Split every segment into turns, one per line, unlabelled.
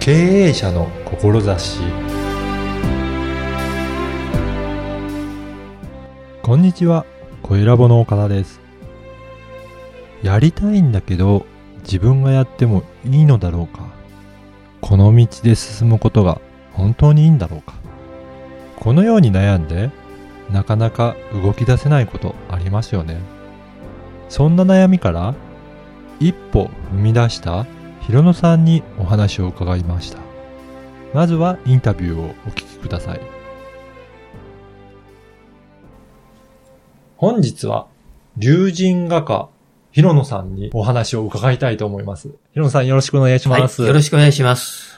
経営者の志こんにちは声ラボの岡田ですやりたいんだけど自分がやってもいいのだろうかこの道で進むことが本当にいいんだろうかこのように悩んでなかなか動き出せないことありますよねそんな悩みから一歩踏み出したひろのさんにお話を伺いましたまずはインタビューをお聞きください本日は龍神画家ひろのさんにお話を伺いたいと思いますひろのさんよろしくお願いし
はい、
ます、
よろしくお願いします。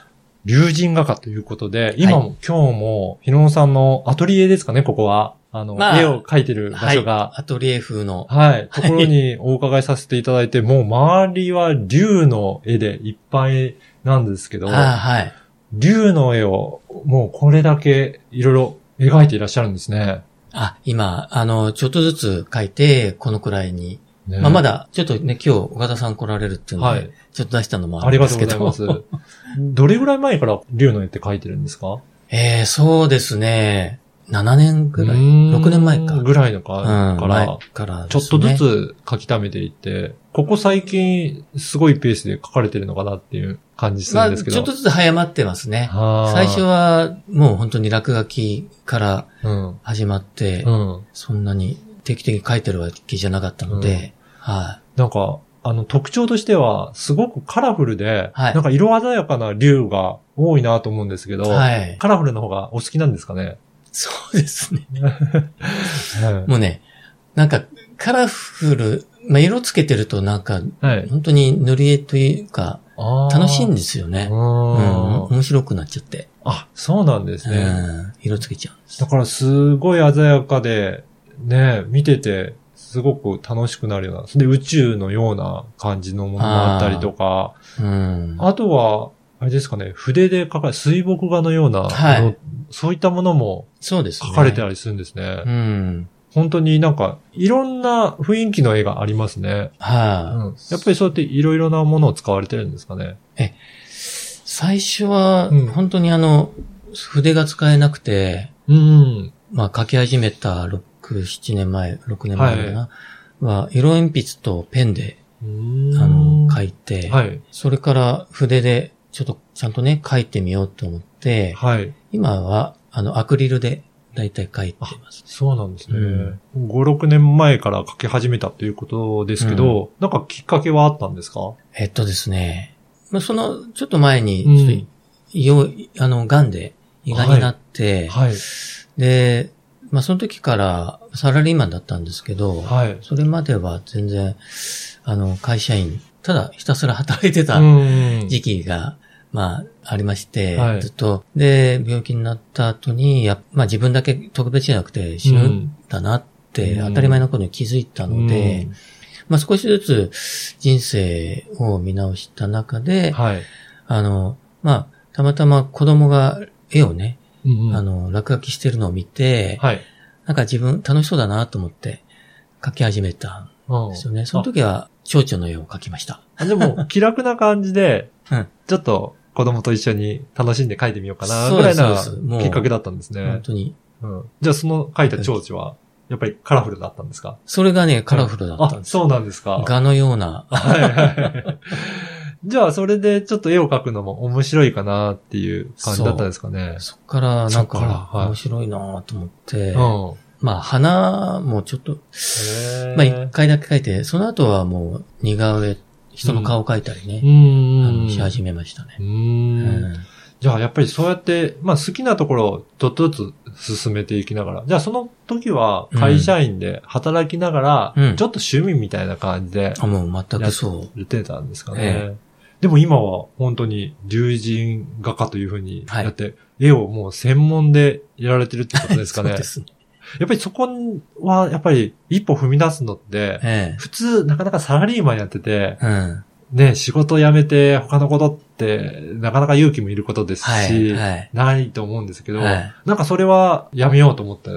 龍神画家ということで、今も、今日も、ひろのさんのアトリエですかね、ここは。あの、
まあ
絵を描いてる場所が。
アトリエ風の。
はい。ところにお伺いさせていただいて、もう周りは龍の絵でいっぱいなんですけど、
ああはい。
龍の絵をもうこれだけいろいろ描いていらっしゃるんですね。
あ、今、あの、ちょっとずつ書いて、このくらいに。
ね
まあ、まだ、ちょっとね、今日、岡田さん来られるっていうの
は
で、
い。
ちょっと出したのも
あ
あ
り
るん
がと
で
う
す
ご
け
ざい
ど。
ます。どれぐらい前から龍の絵って描いてるんですか
えー、そうですね。7年くらい。
う
う
ーん
6年前か
ぐらいのか、
ん、
か
前
ら、
から
ちょ
で
っ
す
と
ね、
ずつ書き溜めていって、ここ最近すごいペースで書かれてるのかなっていう感じす
ま
るん
あ、
ですけ
ち
ど。
ょっとずつ早まってますね。
はあ
最初は、もう本当に落書きから
うん。
始まって、
うん。
そんなに定期的に書いてるわけじゃなかったので、はい。
なんか、あの特徴としては、すごくカラフルで、
はい
なんか色鮮やかな竜が多いなと思うんですけど、
はい。
カラフルの方がお好きなんですかね。
そうですね。
は
もうね、なんか、カラフル、まあ、色つけてるとなんか、
い。はい、
本当に塗り絵というか、楽しいんですよ
す
ね。うん、
ん。
面白くなっちゃって、
あ、そうなんですね。
うん。色つけちゃうんです
だ。からすごい鮮やかで、ね、見てて、すごく楽しくなるような、で、宇宙のような感じのものがあったりとか、
うん。
あとは、あれですかね、筆で描かれ、水墨画のような、
はい
あのそういったものも
そうですね。
描かれてたりするんですね。
うん。
本当になんか、いろんな雰囲気の絵がありますね。
はい、
うんやっぱりそうやっていろいろなものを使われてるんですかね。
最初は
うん、
本当にあの、筆が使えなくて、
うん。
まあ、書き始めた6、7年前、6年前かな。は、色鉛筆とペンで、あの、書
い
いて、
はい。
それから筆で、ちょっとちゃんとね、書いてみようと思って、
はい。
今は、あの、アクリルで、だいたい書いてます。
そうなんですね。
う
5、6年前から書き始めたということですけど、なんかきっかけはあったんですか
えっとですね、まあ、その、ちょっと前に、
うん
ちょっと胃を、あの、癌で、胃がんになって、
はい。
で、まあ、その時から、サラリーマンだったんですけど、
はい。
それまでは全然、あの、会社員、ただひたすら働いてた
うん
時期が、まあ、ありまして、
はい
ずっと、で、病気になった後に、やっまあ自分だけ特別じゃなくて死ぬんだなって、
うん
当たり前のことに気づいた
うん
ので、まあ少しずつ人生を見直した中
う
で、
んはい。
あの、まあ、たまたま子供が絵をね、
うんうん
あの、落書きしてるのを見て、
はい。
なんか自分楽しそうだなと思って描き始めた
うん
んですよね。その時は蝶々の絵を描きました。
あでも、気楽な感じで、
うん
ちょっと子供と一緒に楽しんで書いてみようかな、
そ
ぐ
う
ら
で
い
す
な
そうですもう
きっかけだったんです
本
ね。
当に。
うんじゃあ、その書いた蝶々は、やっぱりカラフルだったんですか
それがね、カラフルだったん
あ、
です。
そうなんですか。
画のような。
はいはいはい。じゃあ、それでちょっと絵を描くのも面白いかなっていう感じだったんですかね。
そっからなん
そっから
か
はい
面白いなと思って、
うん。
まあ花もちょっと、
へー
まあ一回だけ描いて、その後はもう似顔絵、人の顔描いたり
う
ね、
ん
あ
うんうん。
のし始めましたね。
う。
うんん
じゃあ、やっぱりそうやって、まあ好きなところをちょっとずつ進めていきながら、じゃあその時は会社員で働きなが
う
ら、
ん
ちょっと趣味みたいな感じで
あ、もう全くそ
やってたんですか
え
ね。でも今は本当に獣人画家というふうにやって、絵をもう専門でやられてるってこと
う。
です かね。
そうですね。
やっぱりそこは、やっぱり一歩踏み出すのって、
え
普通、なかなかサラリーマンやってて、
え。うん。
ね、仕事辞めて他のことって、なかなか勇気もいることですし、
はい。はい。
ないと思うんですけど、
はい。
なんかそれはやめようと思った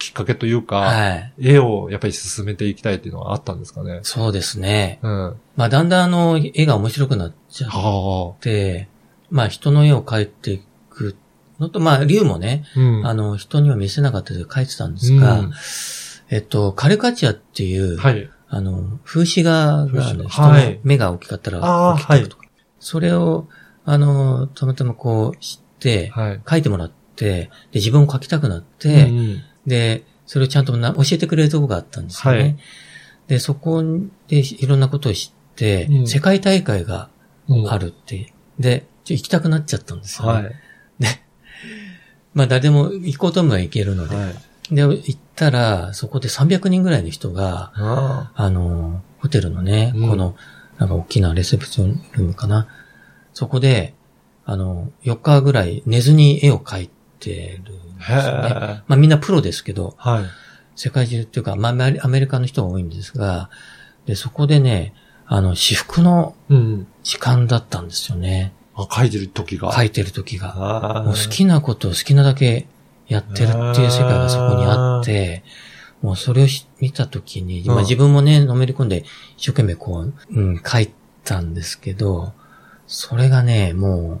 きっかけというか、
はい。
絵をやっぱり進めていきたいっていうのはあったんですかね。
そうですね。
うん。は
まあだんだんあの、絵が面白くなっちゃっ
あ。
て、まあ人の絵を描いていくのと、まあ竜もね、
うん
あの、人には見せなかったで描いてたんですが、
うん
えっと、カルカチアっていう、
はい。
あの、風刺画がある、
風刺画
人の
はい
目が大きかったら
あー
大きくとか、それを、あの、たまたまこう知って、
はい。
描いてもらって、で、自分を描きたくなって、
うんうん
で、それをちゃんとな教えてくれるとこがあったんですよね。
はい
で、そこでいろんなことを知って、
うん
世界大会が
うん
あるって、で、ちょ行きたくなっちゃったんですよ、ね。
はい。
まあ誰でも行こうと思えば行けるので。
はい。
で、行ったら、そこで300人ぐらいの人が、
あ
あの、ホテルのね、
うん
この、なんか大きなレセプションルームかな。そこで、あの、4日ぐらい寝ずに絵を描いてるんですよね。
あ。へえ。
まあみんなプロですけど、
はい。
世界中っていうか、まあアメリアメリカの人が多いんですが、で、そこでね、あの、私服の
うん。
時間だったんですよね。
あ、書いてる時が。
書
い。
いてる時が。
ああ。
もう好きなことを好きなだけやってるっていう世界がそこにあって、もうそれをし見たときに、ま
うん
あ自分もね、のめり込んで一生懸命こう、うん、書いたんですけど、それがね、もう、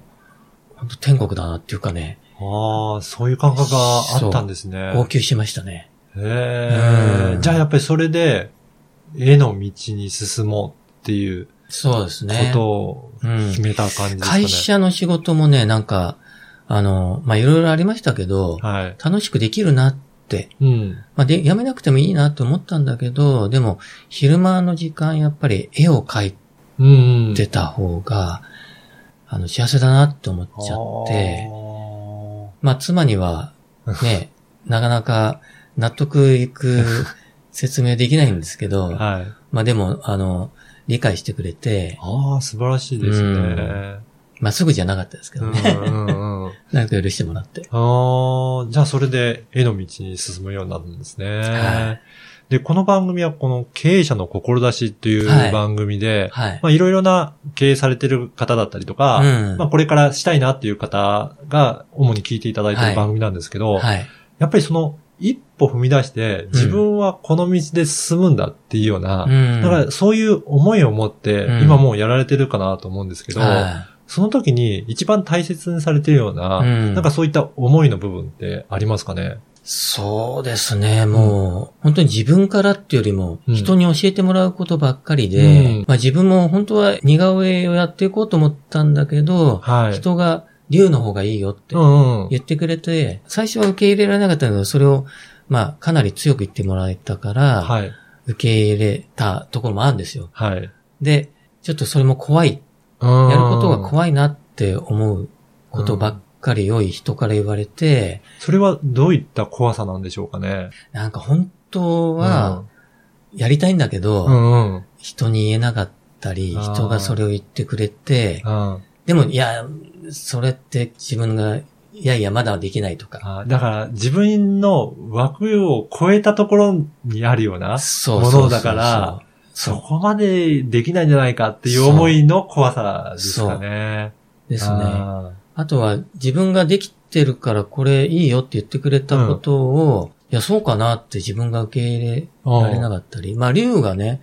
本当天国だなっていうかね、
ああ、そういう感覚があったんですね。
号泣しましたね。
へ
う
え。
ん
じゃあやっぱりそれで、絵の道に進もうっていう
そうです
こ
ね。
とを
うん
決めた感じですかね。
会社の仕事もね、なんか、あの、まあ、いろいろありましたけど、
はい。
楽しくできるなって、
うん。
まあ、で、やめなくてもいいなと思ったんだけど、でも、昼間の時間、やっぱり絵を描い
うん。
てた方が、あの、幸せだなって思っちゃって、まあ、妻には、 ね、なかなか納得いく説明できないんですけ
あー
ど、
はい。
まあ、でも、あの、理解してくれて、
ああ、素晴らしいですね。
まあ、すぐじゃなかったですけ
う
ど
ん
ね、
うんうん。
なんか許してもらって。
ああ、じゃあそれで絵の道に進むようになるんですね。
は
で、この番組はこの経営者の志ってい
はいう
番組で、
はい。
まあいろいろな経営されてる方だったりとか、
うん
まあこれからしたいなっていう方が主に聞いていただいて
はい
る番組なんですけど、
はい。
やっぱりその一歩踏み出して自分はこの道で進むんだっていうような、
うん
だからそういう思いを持って、
うん
今もうやられてるかなと思うんですけど、
は
その時に一番大切にされてるような、
うん
なんかそういった思いの部分ってありますかね
いそうですね、もう、本当に自分からっていうよりも、
うん
人に教えてもらうことばっかりで、
うん
まあ自分も本当は似顔絵をやっていこうと思ったんだけど、
はい。
人が竜の方がいいよって
うんうん。
言ってくれて、最初は受け入れられなかったけど、それを、まあかなり強く言ってもらえたから、
はい。
受け入れたところもあるんですよ。
はい。やる
で、ちょっとそれも怖い、やることが怖いなって思うことばっかり良い人から言われて、
それはどういった怖さなんでしょうかね
なんか本当は、やりたいんだけど、
うんうん。うん
人に言えなかったり、
あー
人がそれを言ってくれて、
あ
でも、いや、それって自分が、いやいや、まだできないとか。
ーだから自分の枠を超えたところにあるような、
そうそうそうそ
もの
う
だから、
そ
そうこまでできないんじゃないかっていう思いの怖さですかね。
ですね。
あ
あとは、自分ができてるからこれいいよって言ってくれたことを、いや、そうかなって自分が受け入れ
ー
られなかったり、まあ、竜がね、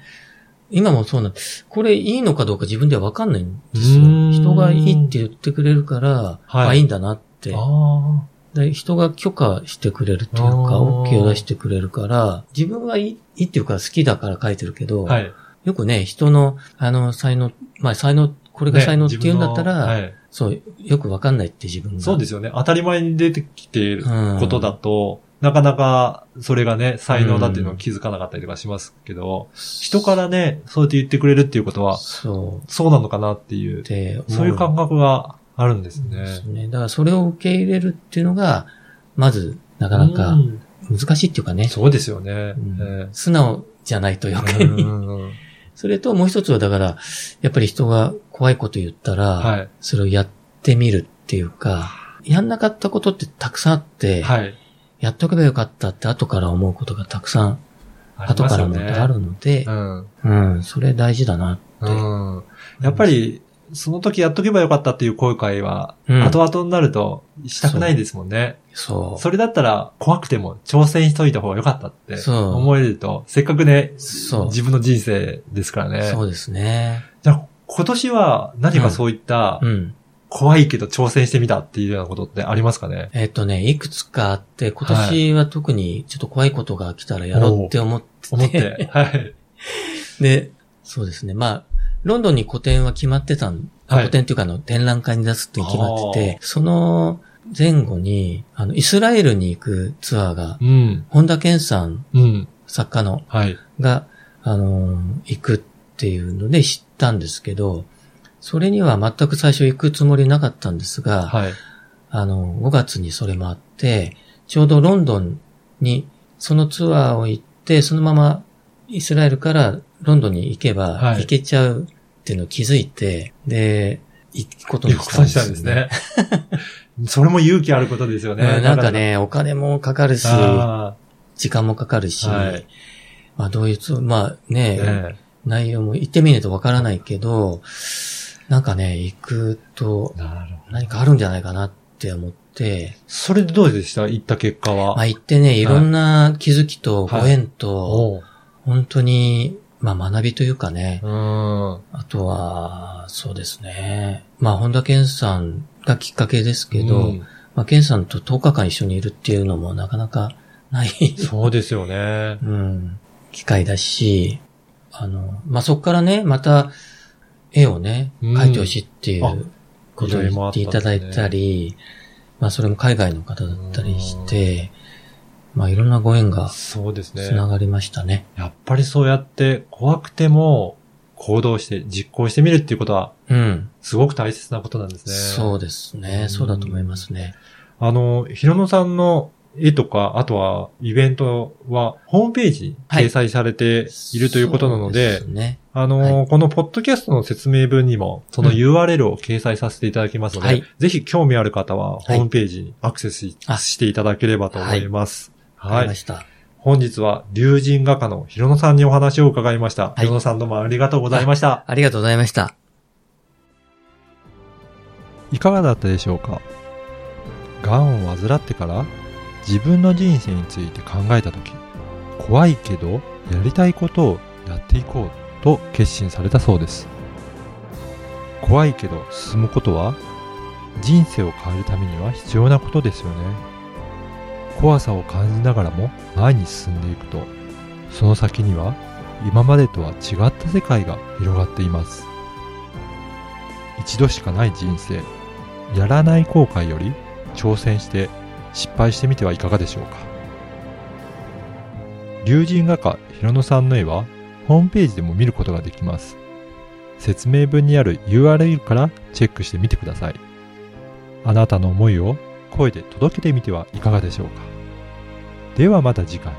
今もそうなんこれいいのかどうか自分ではわかんないんですよ
うーん。
人がいいって言ってくれるから、
はい
まあいいんだなって。
あ
で人が許可してくれるというか、
あー
OK を出してくれるから、自分はいいいいっていうか好きだから書いてるけど、
ー。はい。
よくね、人の、あの、才能、まあ才能、これが才能って言うんだったら、
ね自分のはい
そう、よくわかんないって自分が。
そうですよね。当たり前に出てきている
うん
ことだと、なかなかそれがね、才能だっていうのを気づかなかったりとかしますけど、人からね、そうやって言ってくれるっていうことは、
そ。
そうなのかなっていうう、
で、
そういう感覚があるんですね。
ですね。だからそれを受け入れるっていうのが、まず、なかな
う
か
ん
難しいっていうかね、
そうですよね。
うん
え
素直じゃないと
え
余計に。
うんうん
それともう一つはだから、やっぱり人が怖いこと言ったら、
は
それをやってみるっていうか、やんなかったことってたくさんあって、
い。はい。
やっとけばよかったって後から思うことがたくさん、
あり
後
ま
か
す
ら
よ
も
ね
あるので
う、ん。
うん、それ大事だなって。
うん。やっぱり、その時やっとけばよかったっていう後悔は、
うん
後々になるとしたくないですもんね。
そう。
それだったら怖くても挑戦しといた方が良かったって
そう
思えると、せっかくね、
そう
自分の人生ですからね。
そうですね。
じゃあ今年は何かそういった
うん。
怖いけど挑戦してみたっていうようなことってありますかね
えっとね、いくつかあって、今年は特にちょっと怖いことが来たらやろうって思ってて。
思 って。はい。
で、そうですね。まあ、ロンドンに個展は決まってたん、
はい
個展っていうかあの展覧会に出すって決まってて、その前後に、あの、イスラエルに行くツアーが、
うん。
本田健さん、
うん。
作家の、
はい。
が、あのー行くっていうので知ったんですけど、それには全く最初行くつもりなかったんですが、
はい。
あの、5月にそれもあって、ちょうどロンドンに、そのツアーを行って、そのままイスラエルからロンドンに行けば、
はい
行けちゃうっていうのを気づいて、で、行くことに
予
したん
算
で
し
すよ
たんですね。 それも勇気あることですよね。
うんなんかね、お金もかかるし、
あ
時間もかかるし、
はい
まあどういうツアー、まあね、
ー、ね
内容も行ってみないとわからないけど、なんかね、行くと
えなるほど。
何かあるんじゃないかなって思って、
それでどうでした行った結果は。
まあ、行ってね、いろんな気づきとご縁と、
おう
本当に、まあ、学びというかね、
うん。
あとは、そうですね。まあ、本田健さんがきっかけですけど、
うん
まあ、健さんと10日間一緒にいるっていうのもなかなかない、
そうですよね。
うん、機会だし、あの、まあ、そこからね、また、絵をね、
うん
描いてほしいってい
あ
うことを
いろいろ回
言っ
った
て
んで
いただい
すね
たり、まあ、それも海外の方だったりして、まあ、いろんなご縁が
そうですね
つ。ながりましたね。
やっぱりそうやって怖くても行動して実行してみるっていうことは
うん。
すごく大切なことなんですね。
そうです
う
ね
ん。
そうだと思いますね。
あの、ひろのさんの絵とか、あとはイベントはホームページに
はい
掲載されているということなので、
そうすね。
あの、
は
このポッドキャストの説明文にもその
うん
URL を掲載させていただきますので、
はい
ぜひ興味ある方はホ
はい
ームページにアクセスし,、
あ
ていただければと思います。
わか
はい
りま。した。
本日は龍神画家の広野さんにお話を伺いました。
い
広野さんどうもありがとうございました。
ありがとうございました。
いかがだったでしょうかがんを患ってから自分の人生について考えた時怖いけどやりたいことをやっていこうと決心されたそうです怖いけど進むことは人生を変えるためには必要なことですよね怖さを感じながらも前に進んでいくとその先には今までとは違った世界が広がっています一度しかない人生やらない後悔より挑戦して失敗してみてはいかがでしょうか龍神画家平野さんの絵はホームページでも見ることができます説明文にある URL からチェックしてみてくださいあなたの思いを声で届けてみてはいかがでしょうかではまた次回